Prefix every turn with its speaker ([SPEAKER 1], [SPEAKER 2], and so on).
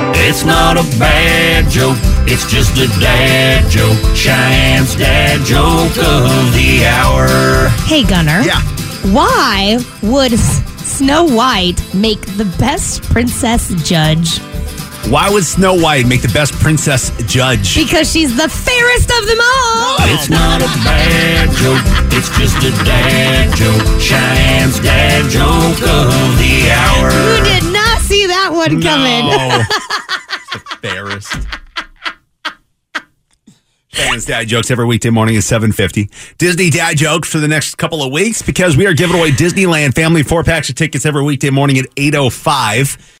[SPEAKER 1] It's not a bad joke, it's just a dad joke. Cheyenne's dad joke of the hour.
[SPEAKER 2] Hey, Gunner.
[SPEAKER 3] Yeah.
[SPEAKER 2] Why would S- Snow White make the best princess judge?
[SPEAKER 3] Why would Snow White make the best princess judge?
[SPEAKER 2] Because she's the fairest of them all.
[SPEAKER 1] It's not a bad joke, it's just a dad joke. Cheyenne's dad joke of the hour.
[SPEAKER 2] You did not see that one coming.
[SPEAKER 3] No. It's the fairest. Fans dad jokes every weekday morning at 750. Disney dad jokes for the next couple oh of weeks because we are giving away Disneyland family four packs of tickets every weekday morning at 805.